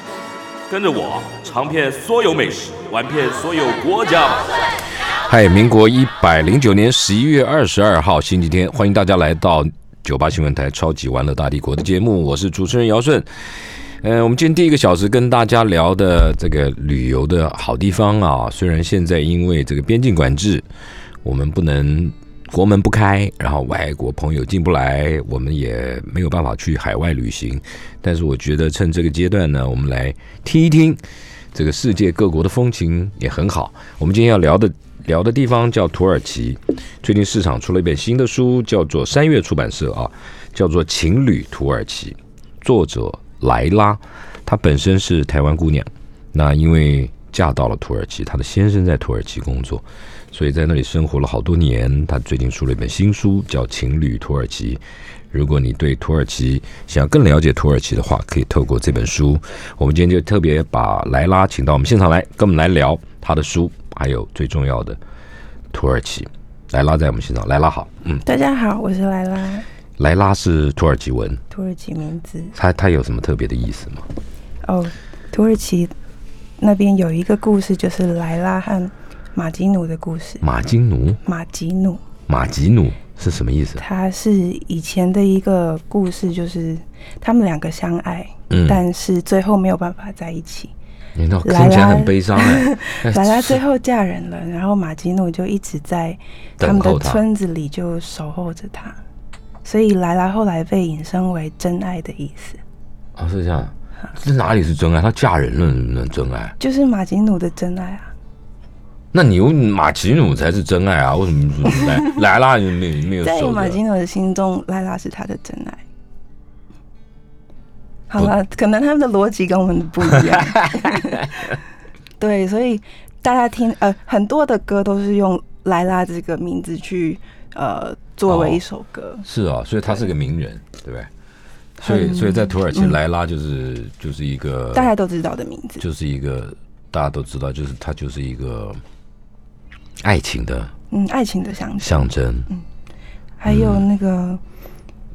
跟着我尝遍所有美食，玩遍所有国家吧。嗨，民国一百零九年十一月二十二号星期天，欢迎大家来到九八新闻台《超级玩乐大帝国》的节目，我是主持人姚顺。呃，我们今天第一个小时跟大家聊的这个旅游的好地方啊，虽然现在因为这个边境管制，我们不能国门不开，然后外国朋友进不来，我们也没有办法去海外旅行。但是我觉得趁这个阶段呢，我们来听一听这个世界各国的风情也很好。我们今天要聊的聊的地方叫土耳其，最近市场出了一本新的书，叫做三月出版社啊，叫做《情侣土耳其》，作者莱拉，她本身是台湾姑娘，那因为嫁到了土耳其，她的先生在土耳其工作，所以在那里生活了好多年。她最近出了一本新书，叫《情侣土耳其》。如果你对土耳其想更了解土耳其的话，可以透过这本书。我们今天就特别把莱拉请到我们现场来，跟我们来聊她的书，还有最重要的土耳其。莱拉在我们现场，莱拉好，嗯，大家好，我是莱拉，莱拉是土耳其文，土耳其名字它它有什么特别的意思吗？哦。土耳其那边有一个故事，就是莱拉和马吉努的故事。马金奴，马吉努马吉努是什么意思？他是以前的一个故事，就是他们两个相爱，嗯但是最后没有办法在一起。你那莱拉听起来很悲伤哎、莱拉最后嫁人了，然后马吉努就一直在他等们候的他村子里就守候着他，所以莱拉后来被引申为真爱的意思， 哦，是这样，这哪里是真爱？她嫁人了，能不能真爱？就是马吉努的真爱啊。那你用马吉努才是真爱啊？为什么你说莱莱拉你没有没有在守马着？基诺的心中，莱拉是他的真爱。好了，可能他们的逻辑跟我们的不一 样。对，所以大家听，呃，很多的歌都是用莱拉这个名字去呃作为一首歌。是啊、所以他是个名人，对不对？所以，所以在土耳其，莱拉就是、就是一个大家都知道的名字，就是一个大家都知道，就是它就是一个爱情的嗯，爱情的象征，象征。还有那个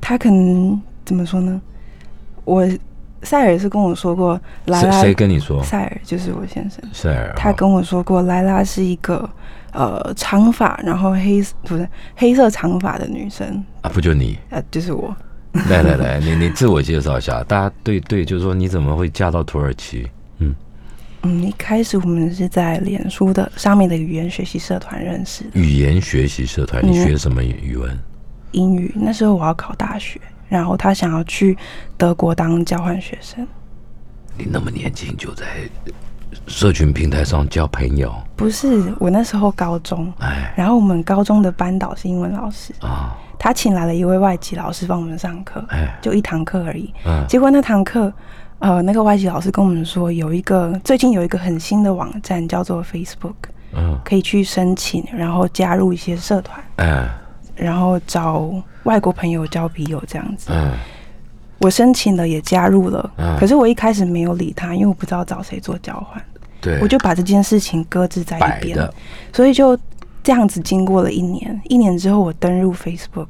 他可能怎么说呢？我塞尔是跟我说过，莱谁拉谁跟你说？塞尔就是我先生，塞尔啊他跟我说过，莱拉是一个呃长发，然后黑不是黑色长发的女生，啊，不就你？ 呃，就是我。来来来，你你自我介绍一下，大家对对，就是说你怎么会嫁到土耳其？嗯，一开始我们是在脸书的上面的语言学习社团认识的，语言学习社嗯团，你学什么语文？英语。那时候我要考大学，然后他想要去德国当交换学生，你那么年轻就在社群平台上交朋友，不是我那时候高中。哎然后我们高中的班导是英文老师，啊他请来了一位外籍老师帮我们上课，哎就一堂课而已。嗯结果那堂课，呃，那个外籍老师跟我们说，有一个最近有一个很新的网站叫做 Facebook，嗯可以去申请，然后加入一些社团，哎然后找外国朋友交笔友这样子。嗯我申请了，也加入了，嗯可是我一开始没有理他，因为我不知道找谁做交换，对，我就把这件事情搁置在摆一边的，所以就这样子经过了一年，一年之后我登入 Facebook。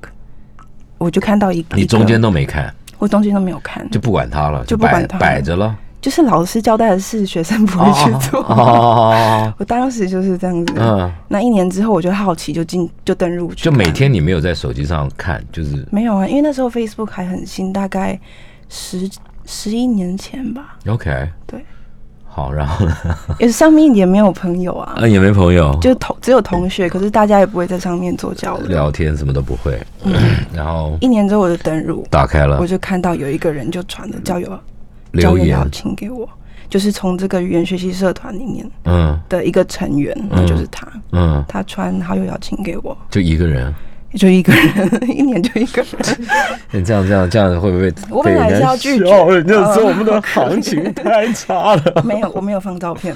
我就看到一个，你中间都没看，我中间都没有看，就不管他了，就不摆管它摆着了，就是老师交代的事，学生不会去做。哦， 我当时就是这样子。嗯，那一年之后，我就好奇，就进就登入去就看，每天你没有在手机上看，就是没有啊，因为那时候 Facebook 还很新，大概十十一年前吧。 OK， 对，好，然后呢？也是上面也没有朋友啊，啊，也没朋友，就同只有同学，可是大家也不会在上面做交流。聊天什么都不会， 然后一年之后我就登入，打开了嗯我就看到有一个人就传了交友交嗯留友言邀，请给我，就是从这个语言学习社团里面嗯的一个成员，那就是他，嗯，他传好友邀请给我，就一个人。就一个人，一年就一个 人。你这样这样这样会不会我被本来人是家要拒绝嗯笑人家说我们的行情太差了。没有，我没有放照片，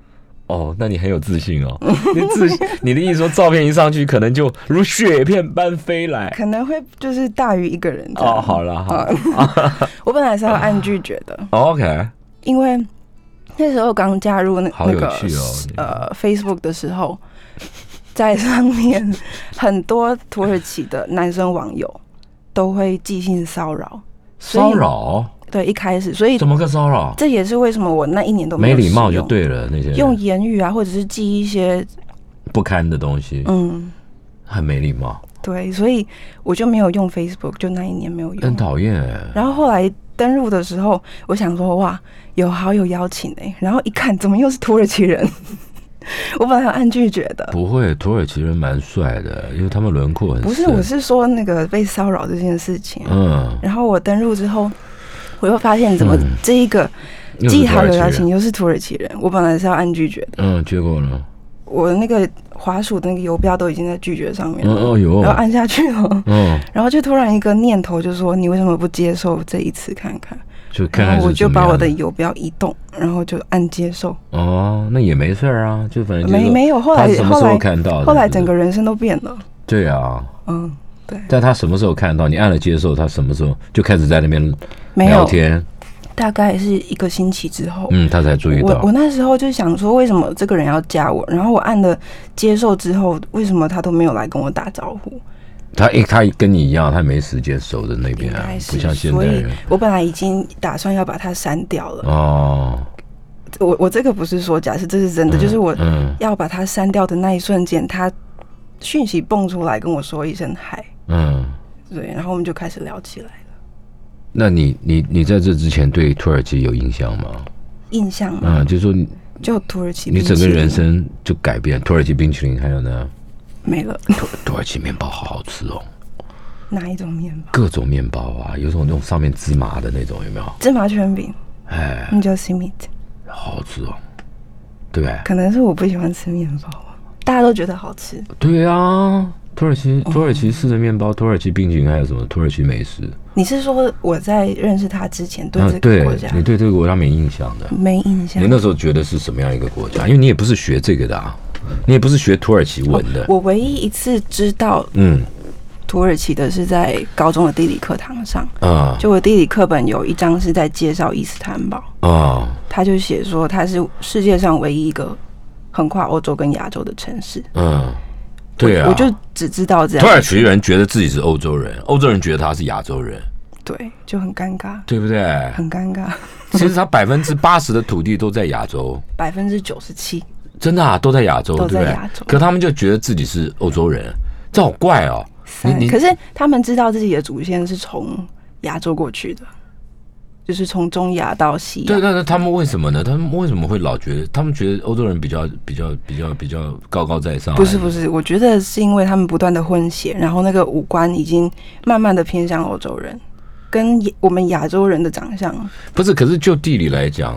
哦，那你很有自信哦。 你自信，你的意思说照片一上去，可能就如雪片般飞 来。可能会就是大于一个人这样哦，好了，好、嗯我本来是要按拒绝的， o k 因为那时候刚加入那好那有个趣哦你呃 Facebook 的时候，在上面很多土耳其的男生网友都会寄信骚扰，所以骚扰对一开始，所以怎么个骚扰？这也是为什么我那一年都没有礼貌使就用。对了，那些人用言语啊，或者是寄一些不堪的东西，嗯，很没礼貌，对，所以我就没有用 Facebook，就那一年没有用很。讨厌哎。然后后来登入的时候，我想说哇，有好友邀请哎、然后一看怎么又是土耳其人， 我本来有按拒绝的，不会，土耳其人蛮帅的，因为他们轮廓很深。不是，我是说那个被骚扰这件事情。嗯，然后我登入之后，我又发现怎么这一个又是寄土好耳友其邀人请又是土耳其人，我本来是要按拒绝的，嗯，结果呢？我那个滑鼠的那个游标都已经在拒绝上面嗯了，哦哟然后，按哎下去了。嗯， 然后就突然一个念头，就说你为什么不接受这一次看看？就看然看后我是就怎么把样我的游标移动，然后就按接受。哦，那也没事儿啊，就反正就是没没有，后他来是什么后时候来看到的？后来整个人生都变了，对啊，嗯，但他什么时候看到？你按了接受，他什么时候就开始在那边没聊有，天？大概是一个星期之后，嗯，他才注意我到我。那时候就想说，为什么这个人要加我？然后我按了接受之后，为什么他都没有来跟我打招呼？他一他跟你一样，他没时间守着那应边啊该，是不像，现代所以人我本来已经打算要把他删掉了。哦。我我这个不是说假设，这是真的，就是我嗯要把他删掉的那一瞬间，他讯息蹦出来跟我说一声嗨，嗯，对，然后我们就开始聊起来了。那你你你在这之前对土耳其有印象吗？印象嘛，嗯，就是说你就土耳其你冰淇整淋，个人生就改变，土耳其冰淇淋还有呢，没了土土耳其面包好好吃哦，哪一种面包？各种面包啊，有种那种上面芝麻的那种，有没有？芝麻卷饼，哎，那叫 simit，好好吃哦，对不对？可能是我不喜欢吃面包吧，大家都觉得好吃。对啊，土耳其哦土耳其式的面包，土耳其冰淇淋，还有什么土耳其美食？你是说我在认识他之前对啊这，个对国家、你对这个国家没印象的，没印象你？那时候觉得是什么样一个国家？因为你也不是学这个的啊，你也不是学土耳其文的，我唯一一次知道嗯土耳其的是在高中的地理课堂上，啊就我地理课本有一章是在介绍伊斯坦堡，啊他就写说它是世界上唯一一个横跨欧洲跟亚洲的城市。嗯，对啊，我就只知道这土样，耳其人觉得自己是欧洲人，欧洲人觉得他是亚洲人，对，就很尴尬，对不 对？很尴尬。其实他百分之八十的土地都在亚洲，百分之九十七，真的啊，都在亚洲，都对在不对亚洲？可他们就觉得自己是欧洲人，这好怪哦。你三你可是他们知道自己的祖先是从亚洲过去的，就是从中亚到西对，亚。那那他们为什么呢？他们为什么会老觉得他们觉得欧洲人比较比较比较比较高高在上？不是不是，我觉得是因为他们不断的混血，然后那个五官已经慢慢的偏向欧洲人，跟亚我们亚洲人的长相。不是，可是就地理来讲，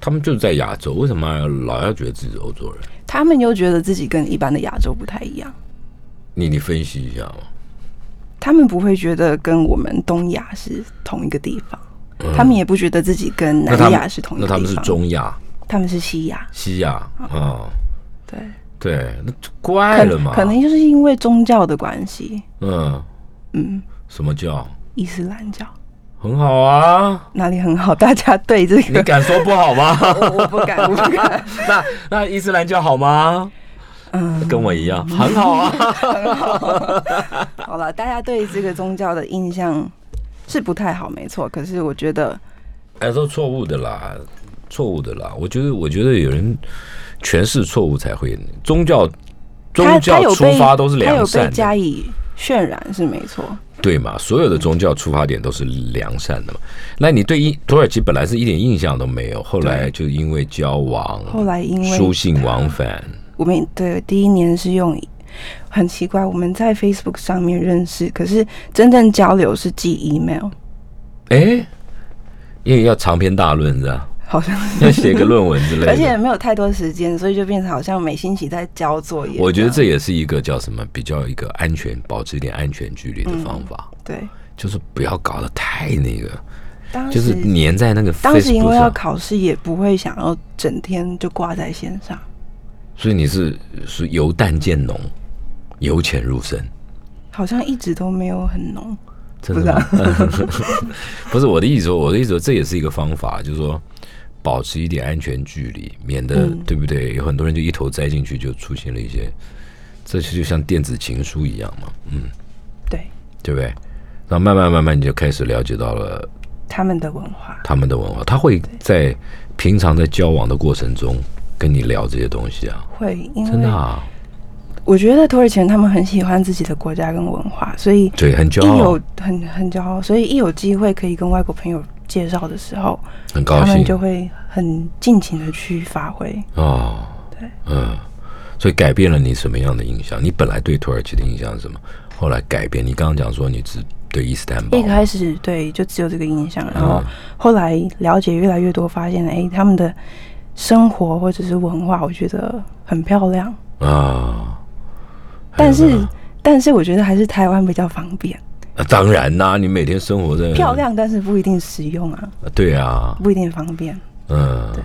他们就在亚洲，为什么老要觉得自己是欧洲人？他们又觉得自己跟一般的亚洲不太一样，你你分析一下嘛。他们不会觉得跟我们东亚是同一个地方，他们也不觉得自己跟那南他亚们是同一嗯那个他们地是方，中亚、他们是西亚，西亚啊、嗯对，对，那就怪了可嘛。可能就是因为宗教的关系，嗯，嗯，什么叫伊斯兰教很好 啊？哪里很好？大家对这你个，敢说不好吗？ 我我不 敢，我不敢，那那伊斯兰教好吗？嗯，跟我一样，很好啊。 好了，大家对这个宗教的印象是不太好，没错。可是我觉得，哎，都错误的啦，错误的啦。我觉得，我觉得有人诠释错误才会宗教，他宗他教有出被发都是他有良被善加的，以渲染是没错，对嘛？所有的宗教出发点都是良善的嘛。那你对印土耳其本来是一点印象都没有，后来就因为交往，后来因为啊书信往返，我们对第一年是用很奇怪，我们在 Facebook 上面认识，可是真正交流是寄 email，哎，因为要长篇大论是吧？ 好像要写个论文之类的。而且没有太多时间，所以就变成好像每星期在交作业样。我觉得这也是一个叫什么，比较一个安全，保持一点安全距离的嗯方法，对，就是不要搞得太那个，当就时是粘在那个 Facebook 上。当时因为要考试，也不会想要整天就挂在线上，所以你是是由淡渐浓，由浅入深，好像一直都没有很浓。真的吗？ 不是我的意思说，我的意思说这也是一个方法，就是说保持一点安全距离，免得、嗯对不对？有很多人就一头栽进去，就出现了一些，这就像电子情书一样嘛，对，对不对？然后慢慢慢慢你就开始了解到了他们的文化，他们的文化，他会在平常在交往的过程中跟你聊这些东西啊，会因真的为啊，我觉得土耳其人他们很喜欢自己的国家跟文化，所以对，很骄一傲有，很很骄傲，所以一有机会可以跟外国朋友介绍的时候，很高他们兴就会很尽情的去发挥。哦，对，嗯，所以改变了你什么样的印象？你本来对土耳其的印象是什么？后来改变？你刚刚讲说你只对伊斯坦堡一，开始对，就只有这个印象，然后哦嗯后来了解越来越多，发现哎、诶他们的生活或者是文化，我觉得很漂亮。啊，还有但是呢，但是我觉得还是台湾比较方便，啊当然啦、你每天生活在漂，亮，但是不一定实用啊，对啊，不一定方便。嗯对，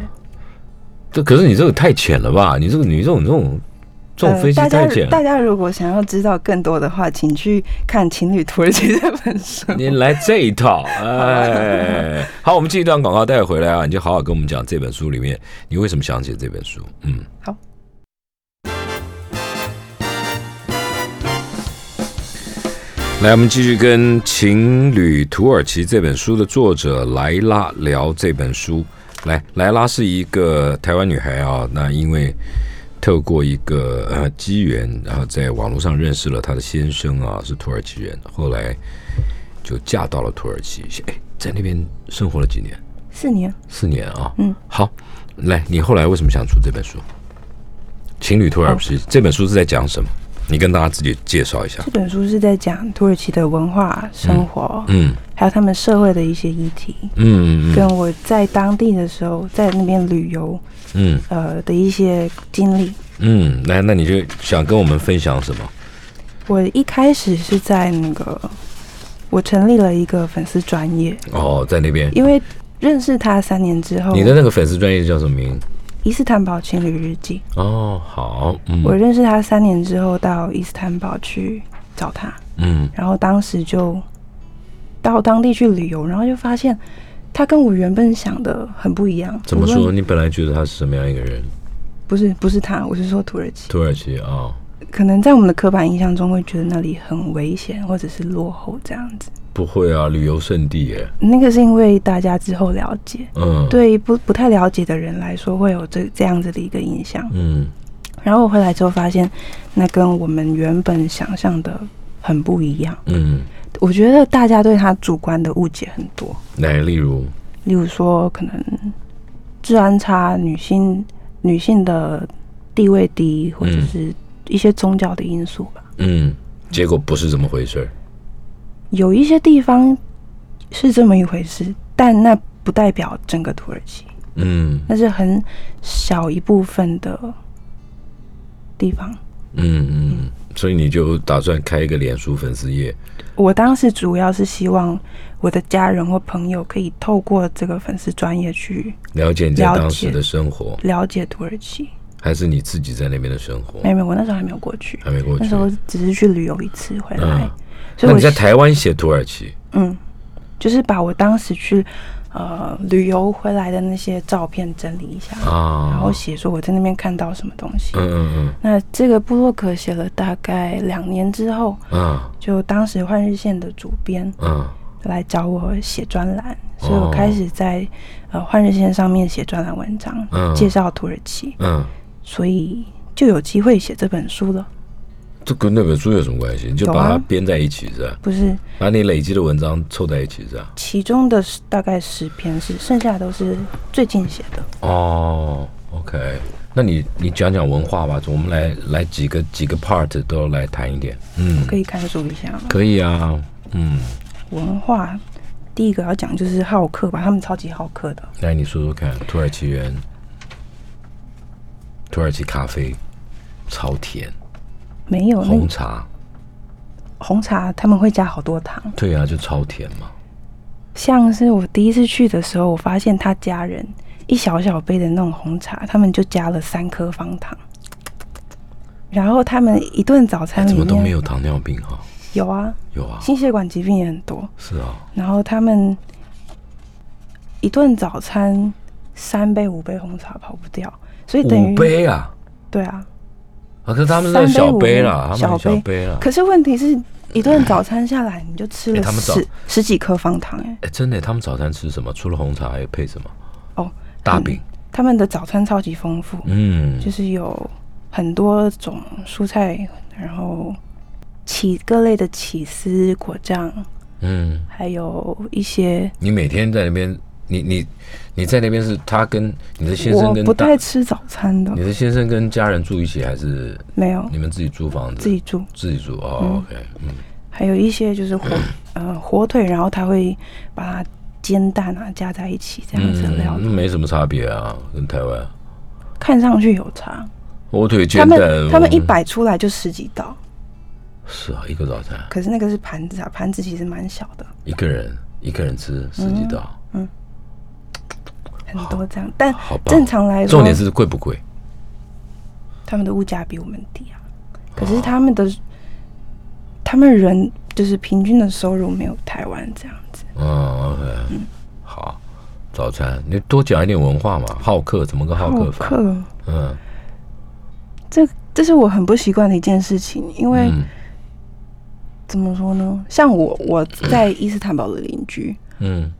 这可是你这个太浅了吧？你这个你这种这种这种呃分析大家太浅了大。家如果想要知道更多的话，请去看《情侣土耳其》这本书。 你来这一套，哎，好，我们这一段广告带回来啊，你就好好跟我们讲这本书里面你为什么想写这本书，嗯。好，来，我们继续跟《情侣土耳其》这本书的作者莱拉聊这本书。来，莱拉是一个台湾女孩啊，那因为透过一个呃机缘，然后在网络上认识了她的先生啊，是土耳其人，后来就嫁到了土耳其，哎，在那边生活了几年，四年，四年啊。嗯，好，来，你后来为什么想出这本书？《情侣土耳其》这本书是在讲什么？你跟大家自己介绍一下。这本书是在讲土耳其的文化、生活，嗯还有他们社会的一些议题，嗯嗯嗯跟我在当地的时候在那边旅游嗯呃的一些经历。嗯，来，那你就想跟我们分享什么？我一开始是在那个，我成立了一个粉丝专业，哦，在那边，因为认识他三年之后，你的那个粉丝专业叫什么名？伊斯坦堡情侣日记，哦，好，嗯我认识他三年之后到伊斯坦堡去找他，嗯然后当时就到当地去旅游，然后就发现他跟我原本想的很不一样。怎么无说？论？你本来觉得他是什么样一个人？不是不是他，我是说土耳其。土耳其啊、哦可能在我们的刻板印象中会觉得那里很危险或者是落后这样子。不会啊，旅游胜地耶。那个是因为大家之后了解，嗯，，对于不不太了解的人来说会有这这样子的一个印象。嗯然后我回来之后发现，那跟我们原本想象的很不一样。嗯，我觉得大家对他主观的误解很多，来，例如，例如说可能治安差、女性女性的地位低，或者嗯是一些宗教的因素吧。嗯，结果不是这么回事儿。有一些地方是这么一回事，但那不代表整个土耳其，嗯那是很小一部分的地方。嗯嗯，所以你就打算开一个脸书粉丝页，我当时主要是希望我的家人或朋友可以透过这个粉丝专业去了解你在了解当时的生活，了解土耳其。还是你自己在那边的生活没？有，没有，我那时候还没有过去，还没过去那时候只是去旅游一次回来，嗯所那以我你在台湾写土耳其，嗯，就是把我当时去呃旅游回来的那些照片整理一下，啊然后写说我在那边看到什么东西。嗯嗯那这个部落格写了大概两年之后，嗯啊就当时换日线的主编啊来找我写专栏，所以哦我开始在、呃换日线上面写专栏文章，嗯介绍土耳其，嗯，所以就有机会写这本书了。这跟那本书有什么关系？你就有把它啊编在一起是吧？不是，把你累积的文章凑在一起是吧？其中的十大概十篇是，剩下的都是最近写的。哦，OK，那你你讲讲文化吧，我们来来几个几个 part 都来谈一点，嗯，可以看书一下吗？可以啊，嗯，文化第一个要讲就是好客吧，他们超级好客的。来你说说看，土耳其人，土耳其咖啡，超甜，没有那红茶，红茶，他们会加好多糖。对啊，就超甜嘛，像是我第一次去的时候，我发现他家人一小小杯的那种红茶，他们就加了三颗方糖，然后他们一顿早餐哎怎里么都没面有糖尿病哈、有啊，有啊，心血管疾病也很多。是啊，然后他们一顿早餐三杯五杯红茶跑不掉，所以等于五杯啊，对啊。啊，可是他们是小杯啦，他三杯们五杯小杯啊啦，可是问题是，一顿早餐下来你就吃哎了他们早十十几颗方糖哎、哎，真的，他们早餐吃什么？除了红茶，还配什么？哦，大饼，他们的早餐超级丰富，嗯，就是有很多种蔬菜，然后起各类的起司、果酱，嗯，还有一些你每天在那边，你你你在那边是他跟你的先生我跟不大太吃早餐的你，的先生跟家人住一起，还是没有你们自己租房子？自己住，自己住哦、o k 嗯，还有一些就是火呃火腿，然后他会把它煎蛋啊加在一起这样子嗯，料理，那没什么差别啊，跟台湾看上去有差。火腿煎他蛋，们他们一嗯摆出来就十几道，是啊，一个早餐可是那个是盘子啊，盘子其实蛮小的，一个人一个人吃十几道，嗯很多这样。但好棒正常来说，重点是贵不贵？他们的物价比我们低啊，哦可是他们的、他们人就是平均的收入没有台湾这样子。嗯，OK，好，早餐你多讲一点文化嘛，好客怎么个好客法？客，嗯这这是我很不习惯的一件事情，因为、嗯怎么说呢？像我我在伊斯坦堡的邻居，嗯，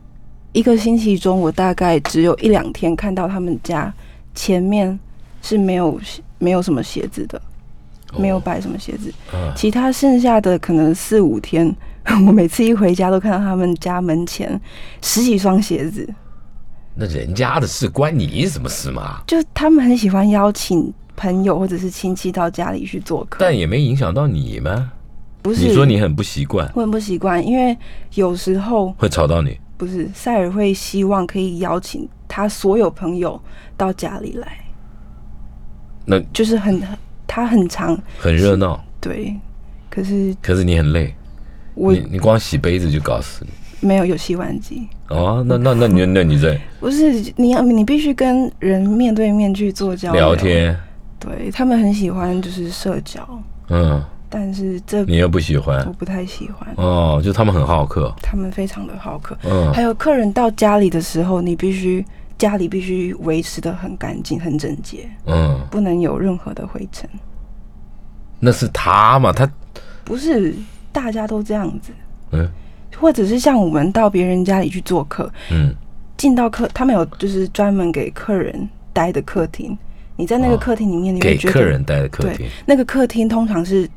一个星期中我大概只有一两天看到他们家前面是没有没有什么鞋子的，哦没有摆什么鞋子。嗯其他剩下的可能四五天， 我每次一回家都看到他们家门前十几双鞋子，那人家的事关你什么事嘛？就他们很喜欢邀请朋友或者是亲戚到家里去做客。但也没影响到你吗？不是你说你很不习惯，我很不习惯，因为有时候会吵到你。不是塞尔会希望可以邀请他所有朋友到家里来，那就是很他很常很热闹，对，可是可是你很累，我你你光洗杯子就搞死你。没有有洗碗机。哦，那那那你那你在不是你要你必须跟人面对面去做交流聊天，对他们很喜欢就是社交，嗯，但是这你又不喜我欢，不太喜欢。哦，就他们很好客，他们非常的好客，嗯还有客人到家里的时候，你必须家里必须维持的很干净、很整洁，嗯，不能有任何的灰尘。那是他嘛，他不是大家都这样子，嗯或者是像我们到别人家里去做客，嗯进到客，他们有就是专门给客人待的客厅。你在那个哦客厅里面，你会给觉得客人待的客厅对，那个客厅通常是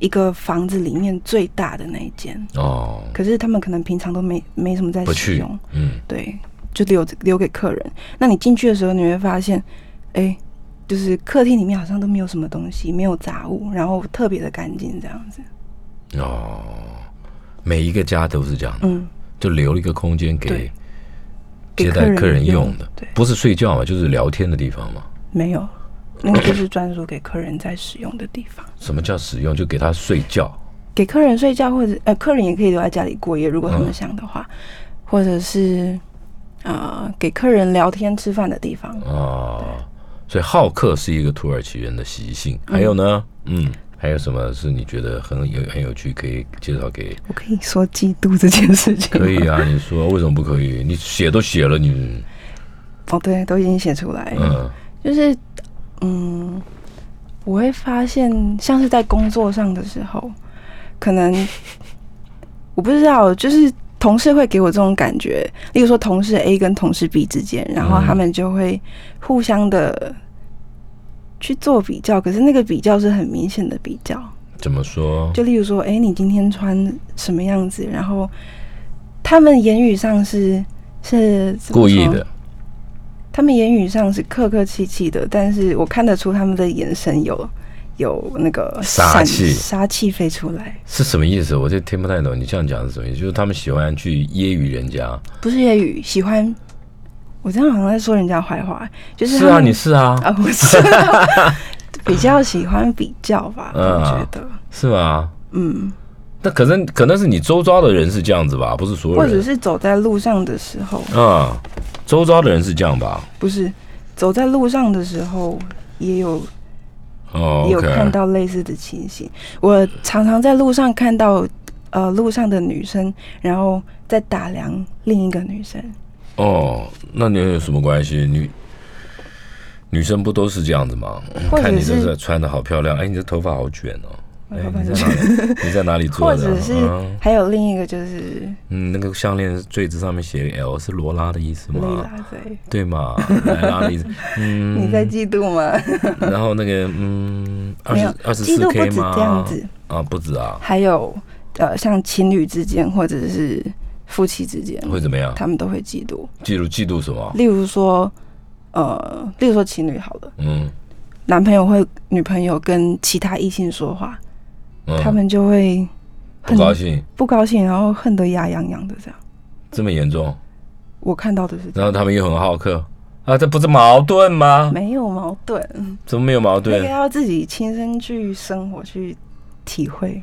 一个房子里面最大的那一间。哦，可是他们可能平常都没没什么在不使去用，，嗯，对，就留留给客人。那你进去的时候，你会发现，哎、就是客厅里面好像都没有什么东西，没有杂物，然后特别的干净这样子。哦，每一个家都是这样的，嗯，就留了一个空间给对接给待客客人人用的，对，不是睡觉嘛，就是聊天的地方嘛。没有，那个就是专属给客人在使用的地方。什么叫使用？就给他睡觉，给客人睡觉，或者呃，客人也可以留在家里过夜，如果他嗯们想的话，或者是啊、呃给客人聊天吃饭的地方。哦，所以好客是一个土耳其人的习性。还有呢，嗯，还有什么是你觉得很有很有趣，可以介绍给？我可以说嫉妒这件事情吗可以啊，你说为什么不可以？你写都写了，你哦，对，都已经写出来了。嗯就是嗯，我会发现，像是在工作上的时候，可能我不知道，就是同事会给我这种感觉。例如说，同事 A 跟同事 B 之间，然后嗯他们就会互相的去做比较，可是那个比较是很明显的比较。怎么说？就例如说，哎、你今天穿什么样子？然后他们言语上是是怎么故意说的，他们言语上是客客气气的，但是我看得出他们的眼神有有那个杀闪气杀气飞出来，是什么意思？我就听不太懂。你这样讲是什么意思？就是他们喜欢去揶揄人家。不是言语，喜欢。我这样好像在说人家坏话，就是是他啊，们你是啊， 啊，我是啊比较喜欢比较吧，嗯我觉得，是吗？嗯，那可能可能是你周遭的人是这样子吧，不是所有或者人。是走在路上的时候，啊、周遭的人是这样吧？不是走在路上的时候也有哦也有看，OK，到类似的情形。我常常在路上看到，呃，路上的女生，然后在打量另一个女生。哦，那你有什么关系？女女生不都是这样子吗？或者哎看你这是这穿的好漂亮，哎，你这头发好卷哦，我哎头，发你就在哪里？你在哪里做 或的啊？者是嗯还有另一个就是嗯，那个项链坠子上面写个 L 是罗拉的意思蕾吗？拉对，对嘛，莱拉 的意思。嗯，你在嫉妒吗？然后那个嗯，二没十有二十嫉四妒不 K 止吗？这样子，啊，不止啊，还有呃，像情侣之间或者是夫妻之间，会怎么样？他们都会嫉妒。嫉妒嫉妒什么？例如说，呃，例如说情侣好了，嗯男朋友会女朋友跟其他异性说话，嗯，他们就会不很高兴，不高兴，然后恨得牙痒痒的这样。这么严重，我看到的是这然样，后他们又很好客啊，这不是矛盾吗？没有矛盾，怎么没有矛那个盾？要自己亲身去生活去体会，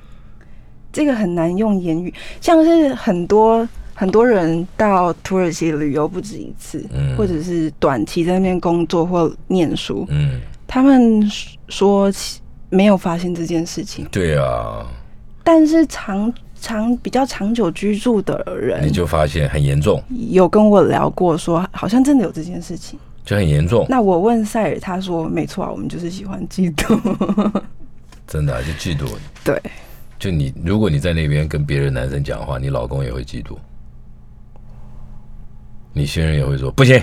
这个很难用言语。像是很多很多人到土耳其旅游不止一次，嗯或者是短期在那边工作或念书，嗯，他们说起没有发现这件事情，对啊，但是长长比较长久居住的你人就发现很严重，有跟我聊过说，好像真的有这件事情。就很严重，那我问塞尔，他说没错啊，我们就是喜欢 嫉妒。真的啊就嫉妒。对，就你，如果你在那边跟别人男生讲话，你老公也会嫉妒，你新人也会说不行，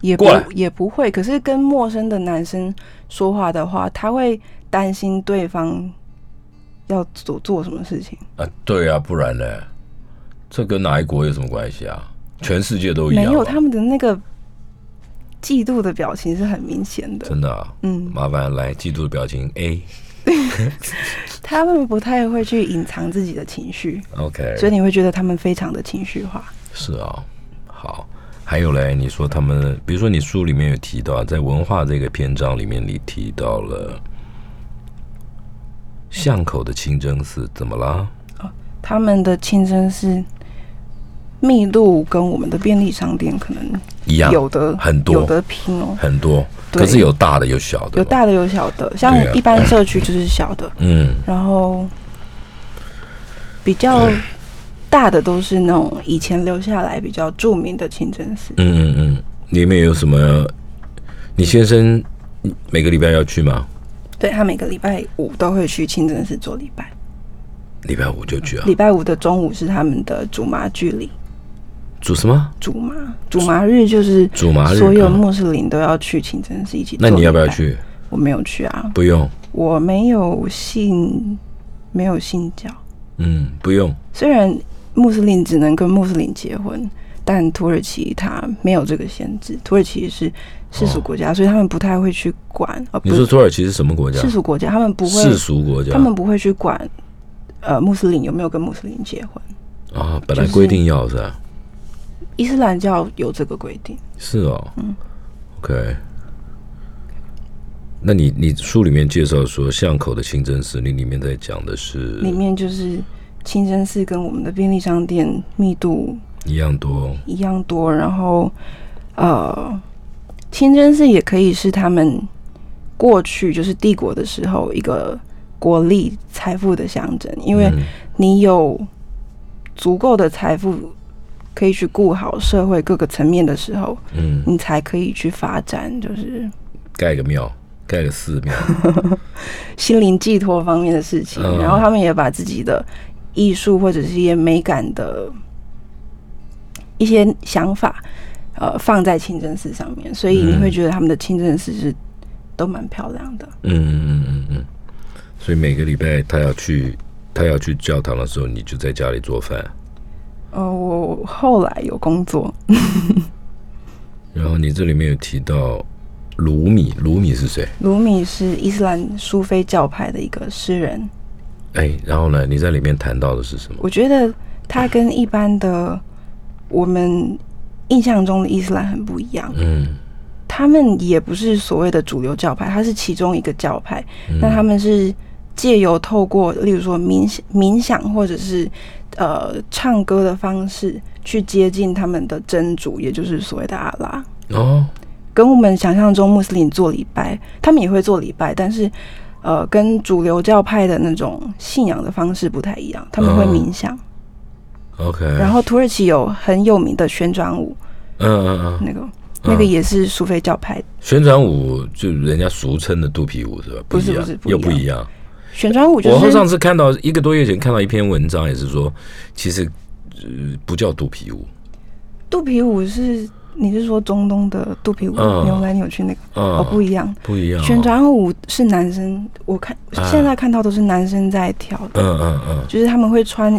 也不过来也不会。可是跟陌生的男生说话的话，他会担心对方要做做什么事情。啊，对啊，不然呢？这跟哪一国有什么关系啊？全世界都一没样吧。啊有他们的那个嫉妒的表情是很明显的。真的、啊，嗯，麻烦来记住表情哎 A。他们不太会去隐藏自己的情绪， OK，所以你会觉得他们非常的情绪化。是啊，好。还有嘞，你说他们，比如说你书里面有提到，在文化这个篇章里面，你提到了巷口的清真寺，怎么啦？他们的亲身是密度跟我们的便利商店可能一样，有的很多有的拼哦，很多，对可是有大的有小的，有，大的有小的，像对啊一般社区就是小的，嗯，然后比较大的都是那种以前留下来比较著名的清真寺。嗯嗯嗯，里面有什么？你先生每个礼拜要去吗？对他每个礼拜五都会去清真寺做礼拜，礼拜五就去啊？礼拜五的中午是他们的主麻距离。煮什么？主麻，主麻日就是主麻日所有嗯穆斯林都要去清真寺一起。那你要不要？去？我没有去啊，不用，我没有信，没有信教。嗯，不用，虽然穆斯林只能跟穆斯林结婚，但土耳其它没有这个限制。土耳其是世俗国家，所以他们不太会去管，呃，不嗯你说土耳其是什么国家世？俗国家，他们不会，世俗国家，他们不会去管，呃，穆斯林有没有跟穆斯林结婚。啊，本来就是规定要是吧伊斯兰教有这个规定，是哦，，OK。那你你书里面介绍说巷口的清真寺，你里面在讲的是里面就是清真寺跟我们的便利商店密度一样多，一样多，然后呃，清真寺也可以是他们过去就是帝国的时候一个国力财富的象征，因为嗯你有足够的财富可以去顾好社会各个层面的时候，嗯，你才可以去发展，就是盖个庙，盖个寺 庙，心灵寄托方面的事情。嗯然后他们也把自己的艺术或者是一些美感的一些想法，呃，放在清真寺上面，所以你会觉得他们的清真寺是都蛮漂亮的。嗯嗯嗯嗯嗯。所以每个礼拜他要去他要去教堂的时候，你就在家里做饭，呃，我后来有工作，然后你这里面有提到鲁米，鲁米是谁？鲁米是伊斯兰苏菲教派的一个诗人，哎，然后呢，你在里面谈到的是什么？我觉得他跟一般的我们印象中的伊斯兰很不一样。嗯他们也不是所谓的主流教派，它是其中一个教派。嗯那他们是借由透过，例如说冥想冥想或者是呃唱歌的方式，去接近他们的真主，也就是所谓的阿拉。哦，跟我们想象中穆斯林做礼拜，他们也会做礼拜，但是呃，跟主流教派的那种信仰的方式不太一样，他们会哦冥想。 OK，然后土耳其有很有名的旋转舞，嗯嗯嗯，那个那个也是苏菲教派。旋转舞就人家俗称的肚皮舞是吧？不是一样不是不一又样不一样。旋转舞就我上是次看到一个多月前看到一篇文章，也是说，其实呃不叫肚皮舞，肚皮舞是，你是说中东的肚皮舞、嗯扭来扭去那个？嗯哦，不一样。不一样哦。旋转舞是男生，我看啊现在看到都是男生在跳的，嗯，嗯嗯就是他们会穿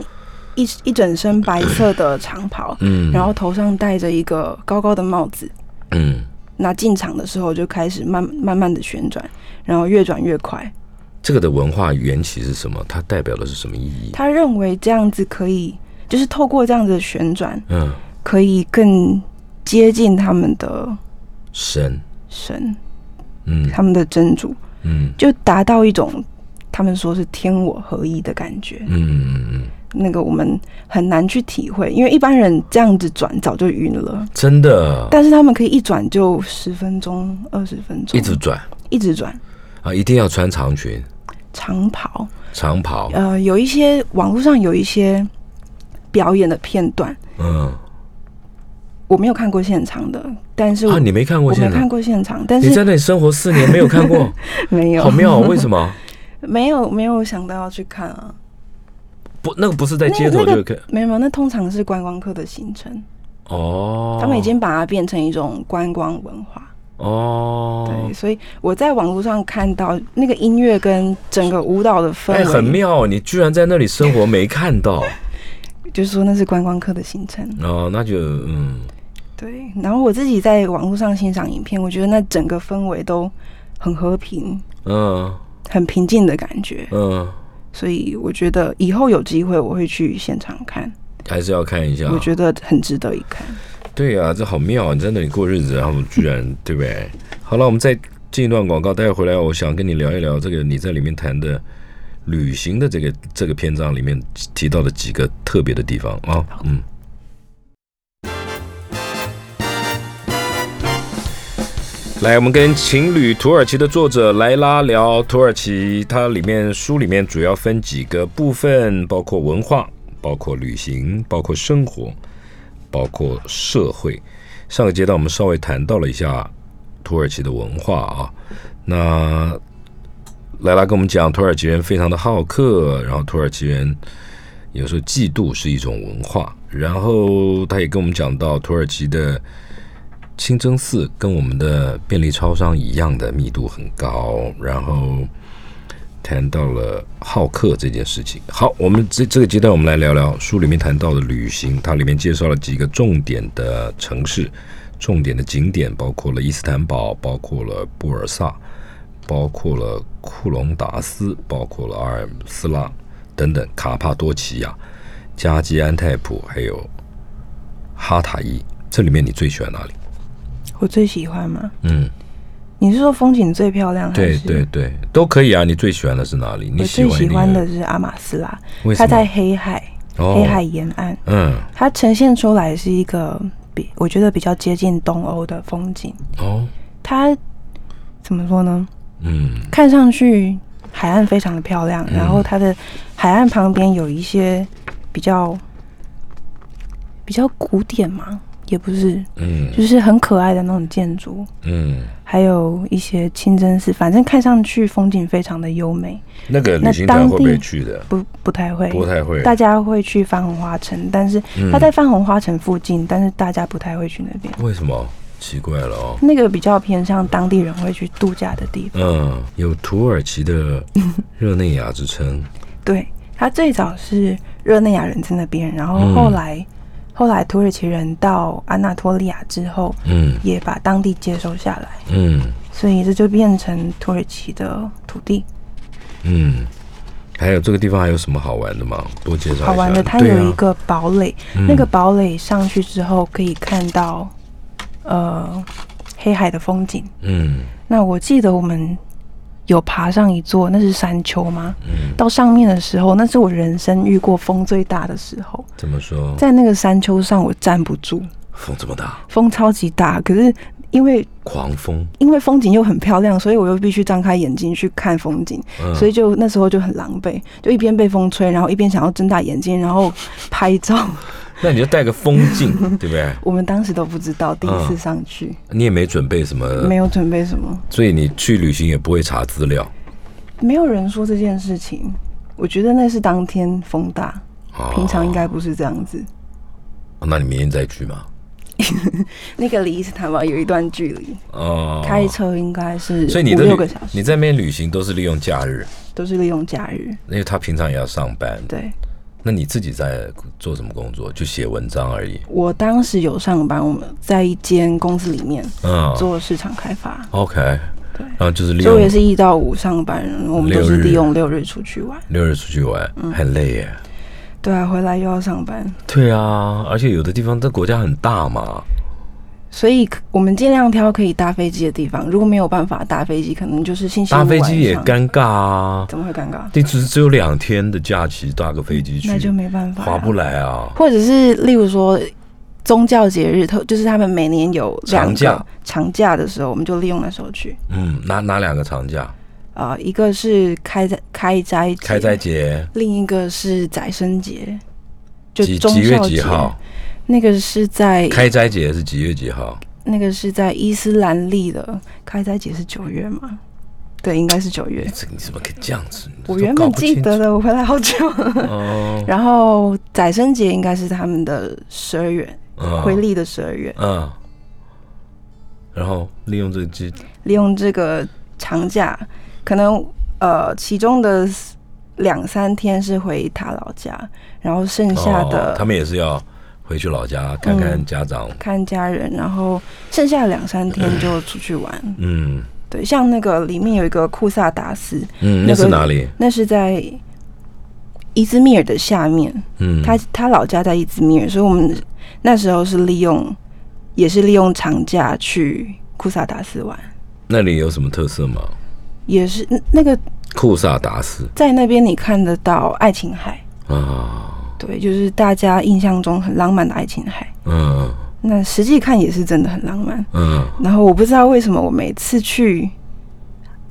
一一整身白色的长袍，嗯，然后头上戴着一个高高的帽子。嗯，那进场的时候就开始慢慢慢的旋转，然后越转越快。这个的文化缘起是什么？它代表的是什么意义？他认为这样子可以，就是透过这样子的旋转，嗯，可以更接近他们的神，神，嗯他们的真主，嗯就达到一种他们说是天我合一的感觉。嗯嗯嗯，那个我们很难去体会，因为一般人这样子转早就晕了，真的，但是他们可以一转就十分钟、二十分钟，一直转一直转啊，一定要穿长裙、长袍。长袍，呃，有一些网络上有一些表演的片段，嗯我没有看过现场的，但是我、啊，你没看过我现没看场？过现场，但你在是那里生活四年没有看过， 没有好妙哦！为什么 没有没有想到要去看啊，不？那个不是在那街头就那个可以没有没有，那通常是观光客的行程，哦，他们已经把它变成一种观光文化。哦对，，所以我在网络上看到那个音乐跟整个舞蹈的氛哎，围，很，妙，你居然在那里生活没看到就是说那是观光客的行程。哦，那就嗯，对，然后我自己在网络上欣赏影片，我觉得那整个氛围都很和平、嗯很平静的感觉，嗯，所以我觉得以后有机会我会去现场看，还是要看一下 我。觉得很值得一看。对啊，这好妙！你在那里过日子，然后居然对不对？ 好了，我们再进一段广告，待会回来，我想跟你聊一聊这个你在里面谈的旅行的这个这个篇章里面提到的几个特别的地方啊、嗯。来，我们跟《情侣土耳其》的作者莱拉聊土耳其，它里面书里面主要分几个部分，包括文化，包括旅行，包括生活。包括社会。上个阶段我们稍微谈到了一下土耳其的文化啊，那莱拉跟我们讲，土耳其人非常的好客，然后土耳其人有时候嫉妒是一种文化，然后他也跟我们讲到土耳其的。清真寺跟我们的便利超商一样的密度很高，然后谈到了好客这件事情。好，我们这这个阶段我们来聊聊书里面谈到的旅行，它里面介绍了几个重点的城市、重点的景点，包括了伊斯坦堡，包括了布尔萨，包括了库隆达斯，包括了阿尔斯拉等等，卡帕多奇亚、加基安泰普，还有哈塔伊。这里面你最喜欢哪里？我最喜欢吗？嗯，你是说风景最漂亮还对是？对对，都可以啊。你最喜欢的是哪里？你我喜最欢一喜定欢的是阿马斯拉，为什它么？在黑海，哦黑海沿岸，嗯它呈现出来是一个比我觉得比较接近东欧的风景。哦它怎么说呢？嗯。看上去海岸非常的漂亮，然后它的海岸旁边有一些比较比较古典嘛，也不是，嗯就是很可爱的那种建筑，嗯，还有一些清真寺，反正看上去风景非常的优美。那个旅那行团当会不会地去的？不不太会，不太会。大家会去泛红花城，但是嗯它在泛红花城附近，但是大家不太会去那边。为什么？奇怪了哦。那个比较偏向当地人会去度假的地方。嗯，有土耳其 的热内亚之称。对，它最早是热内亚人在那边，然后后来、嗯后来土耳其人到安纳托利亚之后，嗯也把当地接收下来，嗯所以这就变成土耳其的土地。嗯。还有这个地方还有什么好玩的吗？多介绍一下。好玩的，它对啊有一个堡垒，嗯那个堡垒上去之后可以看到呃黑海的风景。嗯那我记得我们有爬上一座，那是山丘吗？嗯，到上面的时候，那是我人生遇过风最大的时候，怎么说？在那个山丘上我站不住，风这么大，风超级大，可是因为狂风，因为风景又很漂亮，所以我又必须张开眼睛去看风景，嗯所以就那时候就很狼狈，就一边被风吹，然后一边想要睁大眼睛，然后拍照。那你就带个风 镜，对不对？我们当时都不知道，第一次上去、你也没准备什么没，有准备什么，所以你去旅行也不会查资料没有人说这件事情。我觉得那是当天风大，啊。哦平常应该不是这样子。那你明天再去嘛？那个离伊斯坦堡有一段距离，哦，开车应该是所以你五的六旅个小时，你在那边旅行都是利用假日，都是利用假日。因为他平常也要上班。对那你自己在做什么工作？就写文章而已。我当时有上班，我们在一间公司里面嗯做市场开发， ，OK，然后就是利所以我也用是一到五上班，我们都六是日利用六日出去玩。六日出去玩，嗯很累耶。对啊，回来又要上班，对啊，而且有的地方这国家很大嘛，所以可我们尽量挑可以搭飞机的地方。如果没有办法搭飞机，可能就是星期五搭飞机晚也上，尴尬啊。怎么会尴尬？你只只有两天的假期，搭个飞机去，那就没办法、划不。来啊。或者是例如说宗教节日，特就是他们每年有两长个假长假的时候，我们就利用那时候去。嗯，哪哪两个长假？啊、一个是开斋开斋节开斋，节另一个是宰生节，就几忠几月孝几节。号？那个是在开斋节是几月几号？那个是在伊斯兰历的开斋节是九月吗？对，应该是九月你。这个你怎么可以这样子？你我都原搞本不记清得楚的，我回来好久。哦，然后宰生节应该是他们的十二月，嗯回历的十二月，嗯，然后利用这个机，利用这个长假，可能呃其中的两三天是回他老家，然后剩下哦的他们也是要回去老家看看家长。看家人，然后剩下的两三天就出去玩。嗯对，像那个里面有一个库萨达斯，嗯，那那个是哪里？那是在伊兹密尔的下面，嗯，他他老家在伊兹密尔，所以我们那时候是利用，也是利用长假去库萨达斯玩，那里有什么特色吗？也是嗯那那个库萨达斯在那边你看得到爱琴海，啊，对，就是大家印象中很浪漫的爱琴海，嗯那实际看也是真的很浪漫。嗯，然后我不知道为什么我每次去。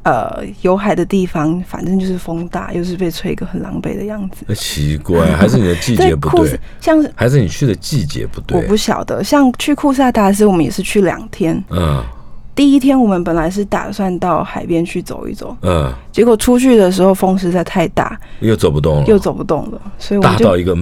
呃，有海的地方，反正就是风大，又是被吹一个很狼狈的样子。那奇怪， 还是你的季节不库对，像是还是你去的季节不我对？不晓得，像去库萨达斯，我们也是去两天。嗯第一天我们本来是打算到海边去走一走，嗯，结果出去的时候风实在太大，又走不动了，又走不动了，所以我大们就到一个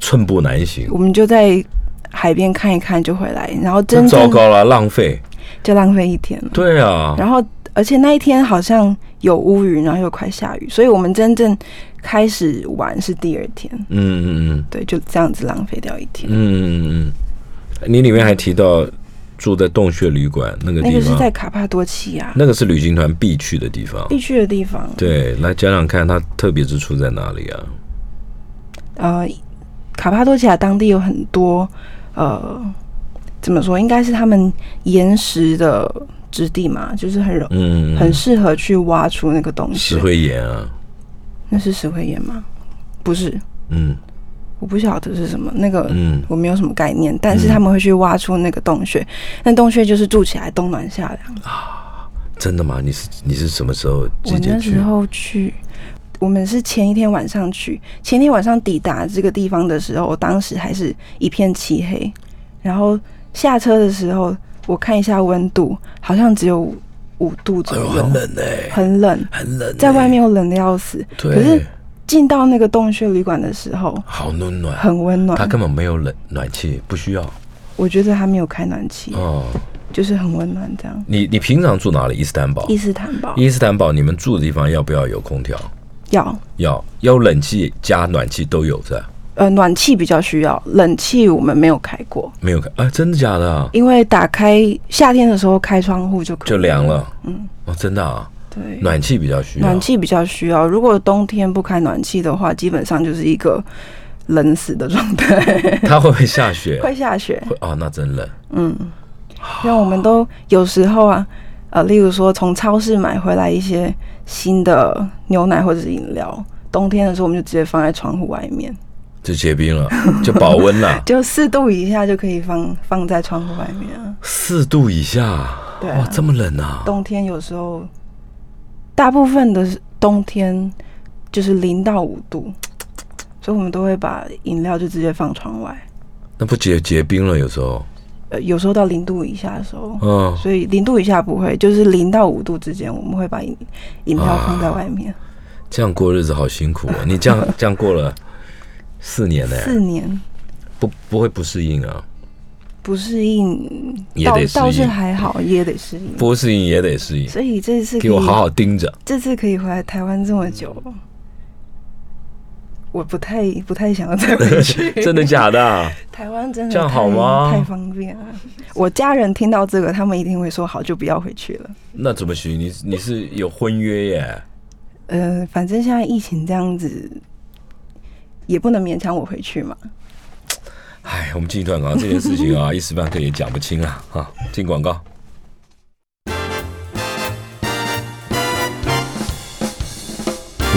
寸步难行，我们就在海边看一看就回来，然后真真糟正糕了，浪费。就浪费一天了。对啊，然后而且那一天好像有乌云，然后又快下雨，所以我们真正开始玩是第二天，嗯嗯嗯。对，就这样子浪费掉一天。嗯，嗯嗯，你里面还提到住在洞穴旅馆那个嗯那地个是方，在卡帕多奇亚那个是旅行团必去的地方。必去的地方，对，来讲讲看它特别之处在哪里啊？呃，卡帕多奇亚当地有很多呃，怎么说，应该是他们岩石的质地嘛，就是很容、嗯，很适合去挖出那个东西石。灰岩啊，那是石灰岩吗？不是，嗯我不晓得是什么。那个、嗯，我没有什么概念，但是他们会去挖出那个洞穴，那洞穴就是住起来冬暖夏凉。真的吗？你是你是什么时候我几那点去时？候去，我们是前一天晚上去，前一天晚上抵达这个地方的时候，当时还是一片漆黑，然后下车的时候，我看一下温度，好像只有五五度左哎呦，右，很冷哎，很冷，很冷欸，在外面又冷的要死。可对是，进到那个洞穴旅馆的时候，好温暖，很温它暖。根本没有冷暖气，不需要我觉得他没有开暖气，哦。就是很温暖这样。你你平常住哪里？伊斯坦堡伊，斯坦堡伊斯坦堡，你们住的地方要不要有空调？要。要，要有冷气加暖气都有是吧？呃，暖气比较需要，冷气我们没有开过，没有看啊？真的假的啊？因为打开夏天的时候开窗户就可以就凉。了。嗯，哦，真的啊，对，暖气比较需要。暖气比较需要。如果冬天不开暖气的话，基本上就是一个冷死的状 态，它会不会下雪？会下雪。会啊、哦，那真冷。嗯，因为我们都有时候啊，呃，例如说从超市买回来一些新的牛奶或者是饮料，冬天的时候我们就直接放在窗户外面，就结冰 ，了，就保温了就四度以下就可以放放在窗户外面啊。四度以下，对啊哇，这么冷啊！冬天有时候，大部分的是冬天就是零到五度，所以我们都会把饮料就直接放窗外。那不结结冰了？有时候，呃，有时候到零度以下的时候，嗯，所以零度以下不会，就是零到五度之间，我们会把饮饮料放在外面。哦这样过日子好辛 苦啊！你这样这样过了四年呢、四年不不会不适应啊？不适应，也倒得适倒是应还好，也得适应。不适应也得适应，所以这次可给以我好好盯着。这次可以回来台湾这么久，我不太不太想要再回去。 真的假的啊、台湾真的这样太好吗太方便了。我家人听到这个，他们一定会说好，就不要回去了。那怎么行？你你是有婚约耶？呃，反正现在疫情这样子，也不能勉强我回去嘛。哎，我们进一段广告，这件事情啊，一时半刻也讲不清啊。啊，进广告。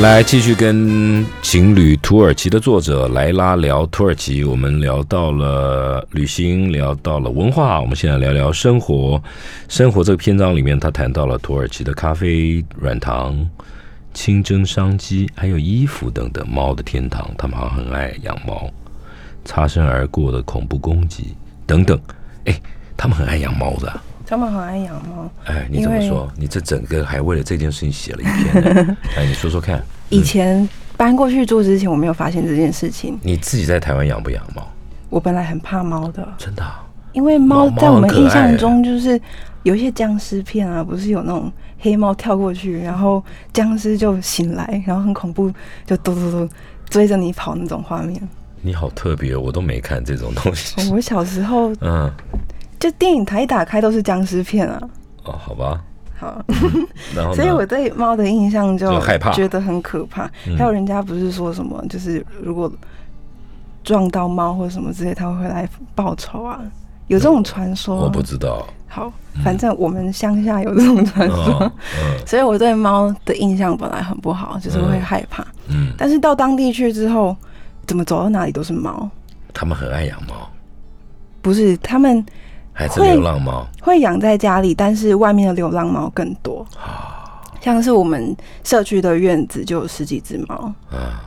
来，继续跟情侣土耳其的作者莱拉聊土耳其。我们聊到了旅行，聊到了文化，我们现在聊聊生活。生活这个篇章里面，他谈到了土耳其的咖啡、软糖、清蒸商机，还有衣服等等。猫的天堂，他们好像很爱养猫。擦身而过的恐怖攻击等等。哎，他们很爱养猫的啊、他们好爱养猫。哎，你怎么因为说？你这整个还为了这件事情写了一篇 呢哎，你说说看，以前搬过去住之前，我没有发现这件事情。嗯你自己在台湾养不养猫？我本来很怕猫的，真的啊、因为猫猫在我猫很们可印爱象欸中就是有一些僵尸片啊，不是有那种黑猫跳过去，然后僵尸就醒来，然后很恐怖，就嘟嘟嘟追着你跑那种画面。你好特别哦，我都没看这种东西。我小时候嗯，就电影台一打开都是僵尸片啊，哦，好吧，好，然后呢所以我对猫的印象就哦就害怕嗯觉得很可怕。还有人家不是说什么，就是如果撞到猫或什么之类，它会来报仇啊，有这种传说、我啊不。知道。好，反正我们乡下有这种传说， 嗯嗯所以我对猫的印象本来很不好，就是会害怕。嗯，但是到当地去之后，怎么走到哪里都是猫，他们很爱养猫，不是他们还是会流浪猫？会养在家里，但是外面的流浪猫更多。啊像是我们社区的院子就有十几只猫，啊，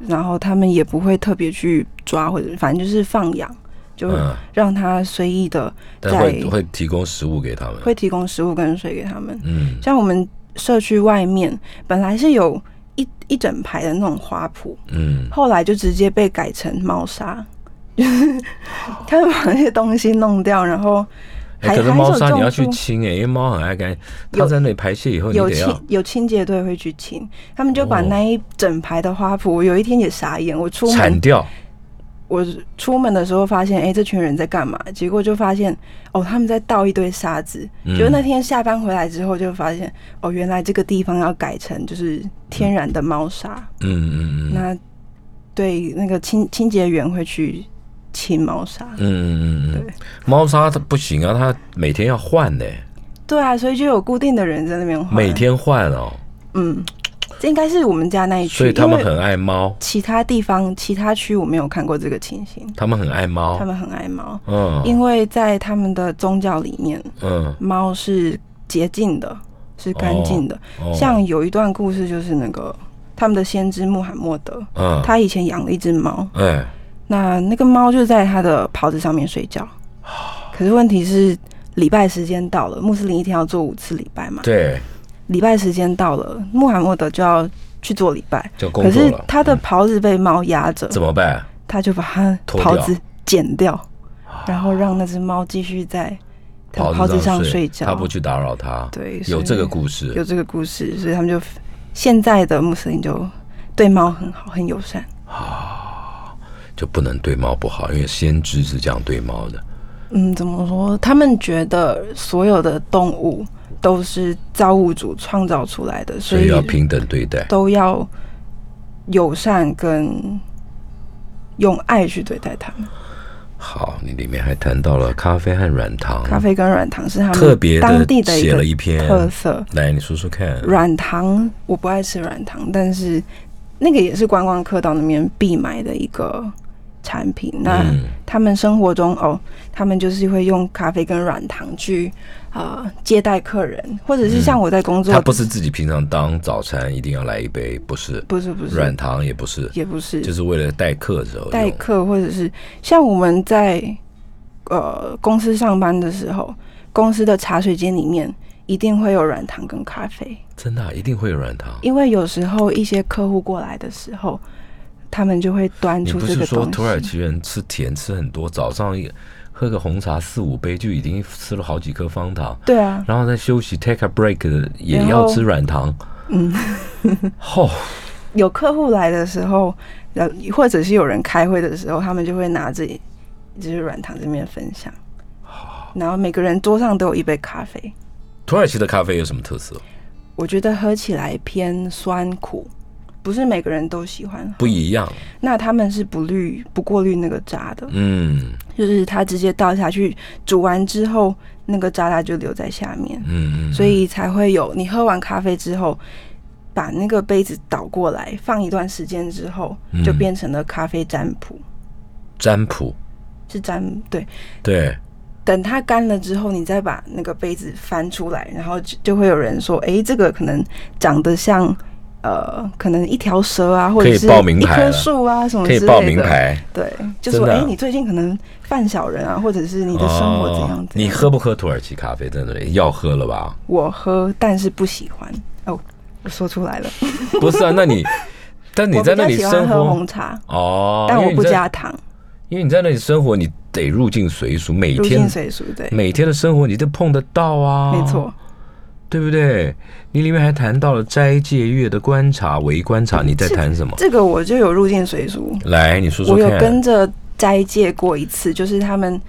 然后他们也不会特别去抓，或者反正就是放养，就嗯让它随意的但会在会提供食物给他们。会提供食物跟水给他们。嗯像我们社区外面本来是有一一整排的那种花圃，嗯，后来就直接被改成猫砂， 就是他们把那些东西弄掉，然后哎还可是还猫有砂你要去种树清哎，因为猫很爱干净，它有在那里排泄以哦后，你有得要清有清洁队会去清，他们就把哦那一整排的花圃，我有一天也傻眼，我出铲门掉。我出门的时候发现，哎、这群人在干嘛？结果就发现，哦，他们在倒一堆沙子。嗯就那天下班回来之后，就发现，哦，原来这个地方要改成就是天然的猫砂。嗯嗯嗯那对那个清清洁员会去清猫砂。嗯嗯嗯嗯对，猫砂它不行啊，它每天要换呢、对啊，所以就有固定的人在那边换。每，天换哦，嗯，这应该是我们家那一区，所以他们因为很爱猫，其他地方、其他区我没有看过这个情形，他们很爱猫他，们很爱猫，嗯因为在他们的宗教里面，嗯，猫是洁净的，是干净的。哦像有一段故事，就是那个他们的先知穆罕默德，嗯，他以前养了一只猫，哎，那那个猫就在他的袍子上面 睡觉。可是问题是，礼拜时间到了，穆斯林一天要做五次礼拜嘛。对，礼拜时间到了，穆罕默德就要去做礼拜，就工可作是了，嗯他的袍子被猫压着，怎么办？他就把他脱袍掉啊子剪掉，然后让那只猫继续在他的袍子上睡觉。他不去打扰它，对，所有以这个故有事，这个故事，所以他们就现在的穆斯林就对猫很好，很友善。就不能对猫不好，因为先知是这样对猫的，嗯，怎么说？他们觉得所有的动物都是造物主创造出来的，所所以以要平等对待。都要友善跟用爱去对待它们。好，你里面还谈到了咖啡和软糖，咖啡跟软糖是他特别们地当地的写了一一篇个特色。来，你说说看，软糖我不爱吃软糖，但是那个也是观光客到那边必买的一个产品。那嗯他们生活中哦，他们就是会用咖啡跟软糖去啊、呃接待客人，或者是像我在工作，嗯他不是自己平常当早餐一定要来一杯，不是，不是不是软糖也不是，也不是，就是为了待客的时候用代课，或者是像我们在呃公司上班的时候，公司的茶水间里面一定会有软糖跟咖啡，真的啊、一定会有软糖。因为有时候一些客户过来的时候，他们就会端你出不这是个说东土耳西。其人吃甜吃很多，早上一喝个红茶四五杯就已经吃了好几颗方糖，对啊，然后再休息 take a break 也然要后吃软糖。 哦嗯，吼、有客户来的时候，呃，或者是有人开会的时候，他们就会拿着就是软糖这边分享，哦然后每个人桌上都有一杯咖啡。土耳其的咖啡有什么特色？我觉得喝起来偏酸苦，不是每个人都喜欢喝。不一样，那他们是不滤、不过滤那个渣的，嗯就是它直接倒下去，煮完之后那个渣渣就留在下面，嗯嗯，所以才会有你喝完咖啡之后，把那个杯子倒过来放一段时间之后，就嗯变成了咖啡占卜，占卜是占对。对，等它干了之后，你再把那个杯子翻出来，然后就就会有人说：“诶，这个可能长得像，呃，可能一条蛇啊，或可者以是报名一牌棵了树啊，什么可以之类的。”报名牌。对，就说真的哎、啊诶你最近可能犯小人啊，或者是你的生活怎样怎样。哦你喝不喝土耳其咖啡？真的要喝了吧？我喝，但是不喜欢。哦，我说出来了， 不是啊，那你，但你在那里我比较喜欢生喝活红茶，哦，但因我为你不在加，糖，因为你在那里生活，你得入境随俗，每入天境水熟对。每天的生活你都碰得到啊，没错，，对不对？你里面还谈到了斋戒月的观察、围观察，你在谈什么？这个我就有入境水熟，来，你说说我有跟看。着斋戒过一次，就是他们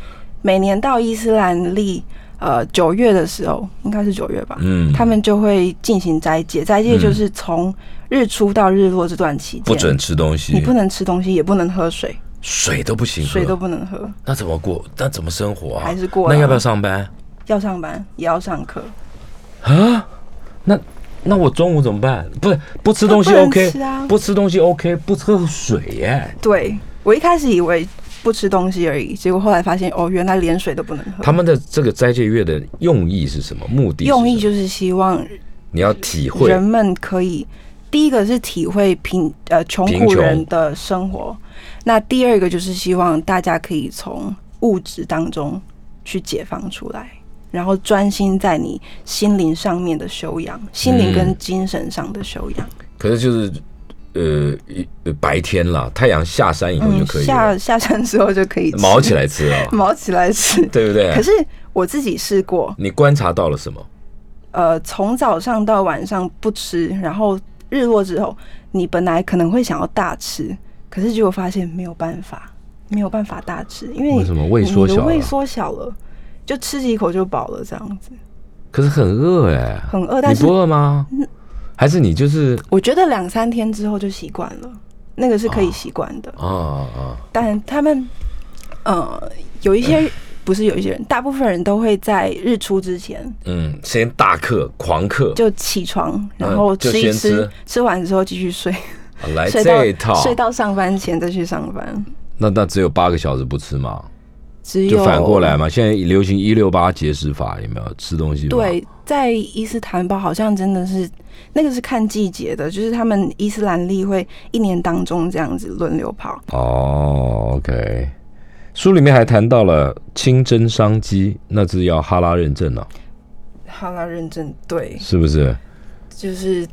每年到伊斯兰历呃九月的时候，应该是九月吧，嗯他们就会进行斋戒。斋戒就嗯是从日出到日落这段期间，不准啊吃东西，你不能吃东西，也不能喝水，水都不行喝，水都不能喝。那怎么过？那怎么生活啊？还是过了那要不要上班要上班也要上课，啊？那那我中午怎么办？不是不吃东西不能 OK，吃啊不吃东西 OK，不喝水耶。对我一开始以为不吃东西而已，结果后来发现哦，原来连水都不能喝。他们的这个斋戒月的用意是什么？目的是什么用意就是希望你要体会人们可以，第一个是体会贫呃穷贫苦穷人的生活，那第二个就是希望大家可以从物质当中去解放出来，然后专心在你心灵上面的修养，心灵跟精神上的修养。可是就是呃一呃白天啦，太阳下山以后嗯就可以了嗯下下山之后就可以吃，毛起来吃啊 毛起来吃。对啊不对可？是我自己试过，你观察到了什么？呃，从早上到晚上不吃，然后日落之后，你本来可能会想要大吃，可是结果发现没有办法，没有办法大吃，因为为什么胃缩小你的了胃缩小了，就吃几口就饱了，这样子可是很饿哎、很饿，但你是嗯不饿吗？还是你就是我觉得两三天之后就习惯了，那个是可以习惯的。啊啊啊？但他们呃，有一些不是有一些人，大部分人都会在日出之前嗯，先大课狂课，就起床，然嗯后就吃一先吃，吃吃完之后继续睡。啊来睡这一套到，睡到上班前再去上班，那那只有八个小时不吃嘛，只有就反过来。嘛。现在流行一六八节食法，有没有吃东西？，对，在伊斯坦堡好像真的是那个是看季节的，就是他们伊斯兰历会一年当中这样子轮流跑。哦，OK。书里面还谈到了清真商机，那是要哈拉认证了、好啦，认证对，是不是？就是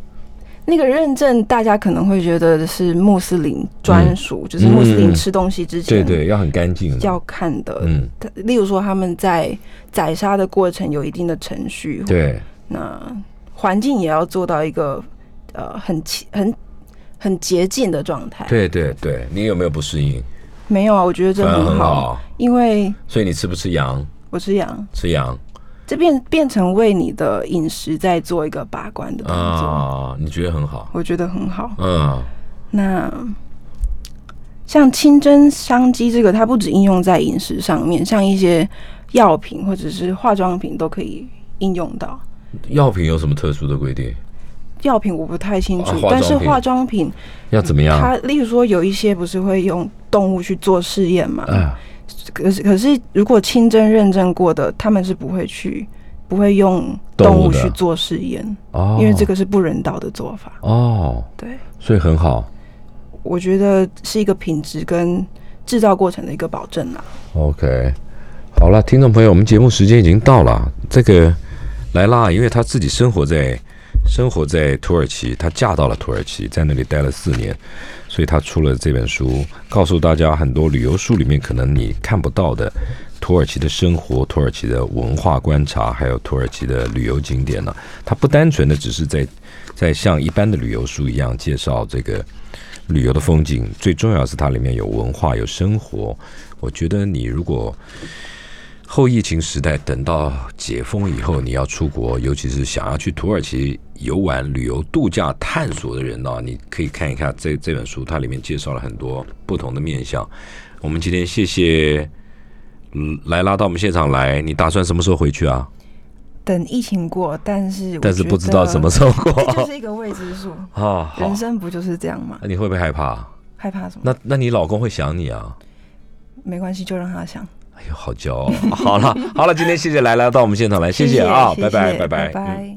那个认证，大家可能会觉得是穆斯林专属，就是穆斯嗯林吃东西之对前对，要很干净。要看的。嗯，它例如说他们在宰杀的过程有一定的程序，对，那环境也要做到一个呃很清很很洁净的状态。，对对对，你有没有不适应？没有啊，我觉得这反而很很好，好。因为所以你吃不吃羊？我是羊，吃羊这变变成为你的饮食在做一个把关的动作，啊？你觉得很好？我觉得很好。嗯，那像清真商机这个，它不只应用在饮食上面，像一些药品或者是化妆品都可以应用到。药品有什么特殊的规定？药品我不太清楚，啊化妆但是品化妆品要怎么样？它，例如说有一些不是会用动物去做试验嘛？啊，可是可是如果清真认证过的，他们是不会去不会用动物动物的去做试验，哦，因为这个是不人道的做法。哦，对，所以很好。我觉得是一个品质跟制造过程的一个保证啦。 OK，好了，听众朋友，我们节目时间已经到了。这个莱拉，因为她自己生活在生活在土耳其，她嫁到了土耳其，在那里待了四年，所以她出了这本书，告诉大家很多旅游书里面可能你看不到的土耳其的生活、土耳其的文化观察，还有土耳其的旅游景点呢、它不单纯的只是在在像一般的旅游书一样介绍这个旅游的风景，最重要的是它里面有文化、有生活。我觉得你如果后疫情时代等到解封以后，你要出国，尤其是想要去土耳其游玩、旅游、度假、探索的人呢、你可以看一看这这本书，它里面介绍了很多不同的面向。我们今天谢谢嗯莱拉到我们现场来，你打算什么时候回去啊？等疫情过，但是我但是觉不知道得什么时候过这就是一个未知数。啊。 好人，生不就是这样吗？那你会不会害怕？害怕什么？那那你老公会想你啊？没关系，就让他想。 哎呦，好骄傲！好了好了，今天谢谢莱拉到我们现场来，谢啊，谢谢拜拜拜拜，嗯拜。